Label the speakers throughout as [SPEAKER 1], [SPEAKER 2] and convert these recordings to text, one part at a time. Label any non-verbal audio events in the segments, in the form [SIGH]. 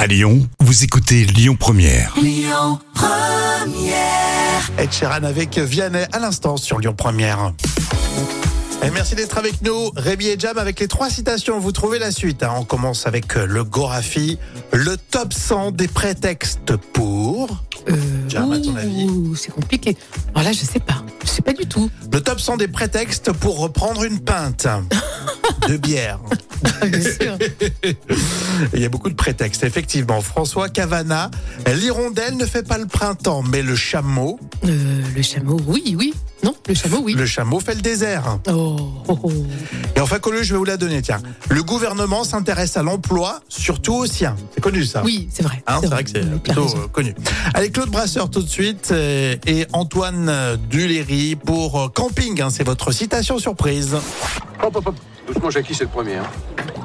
[SPEAKER 1] À Lyon, vous écoutez Lyon Première.
[SPEAKER 2] Ed Sheeran avec Vianney à l'instant sur Lyon Première. Et merci d'être avec nous, Rémi et Jam, avec les trois citations. Vous trouvez la suite. hein. On commence avec euh, le Gorafi, le top 100 des prétextes pour. [LAUGHS]
[SPEAKER 3] Euh,
[SPEAKER 2] Jam, à ton
[SPEAKER 3] ouh,
[SPEAKER 2] avis
[SPEAKER 3] C'est compliqué. Alors là, je sais pas. Je sais pas du tout. [LAUGHS]
[SPEAKER 2] Le top 100 des prétextes pour reprendre une pinte de bière.
[SPEAKER 3] Bien sûr.
[SPEAKER 2] Il y a beaucoup de prétextes, effectivement. François Cavana, l'hirondelle ne fait pas le printemps, mais le chameau,
[SPEAKER 3] Euh, le chameau, oui, oui. Non, le chameau, oui.
[SPEAKER 2] le chameau fait le désert.
[SPEAKER 3] Oh, oh, oh.
[SPEAKER 2] Et enfin, Colu, je vais vous la donner, tiens. Le gouvernement s'intéresse à l'emploi, surtout au sien. C'est connu, ça.
[SPEAKER 3] Oui, c'est vrai.
[SPEAKER 2] Hein, c'est vrai que c'est
[SPEAKER 3] Oui, t'as
[SPEAKER 2] plutôt
[SPEAKER 3] raison.
[SPEAKER 2] euh, connu. Allez, Claude Brasseur tout de suite euh, et Antoine euh, Duléry pour euh, Camping. hein, c'est votre citation surprise.
[SPEAKER 4] Hop, hop, hop. Doucement, Jackie, c'est le premier. hein.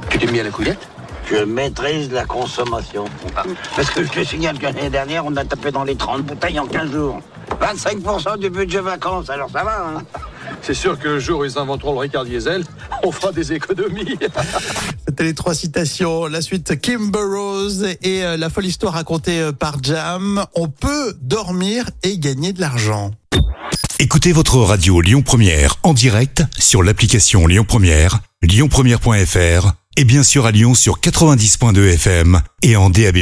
[SPEAKER 4] Tu t'es mis à la couillette
[SPEAKER 5] Je maîtrise la consommation. Parce que je te signale que l'année dernière, on a tapé dans les 30 bouteilles en 15 jours. 25% du budget vacances, alors ça va, hein
[SPEAKER 4] C'est sûr que le jour où ils inventeront le Ricard Diesel, on fera des économies.
[SPEAKER 2] C'était les trois citations. La suite, Kim Burroughs et euh, la folle histoire racontée euh, par Jam. On peut dormir et gagner de l'argent.
[SPEAKER 1] Écoutez votre radio Lyon Première en direct sur l'application Lyon Première, lyonpremière.fr et bien sûr à Lyon sur 90.2 FM et en DAB+.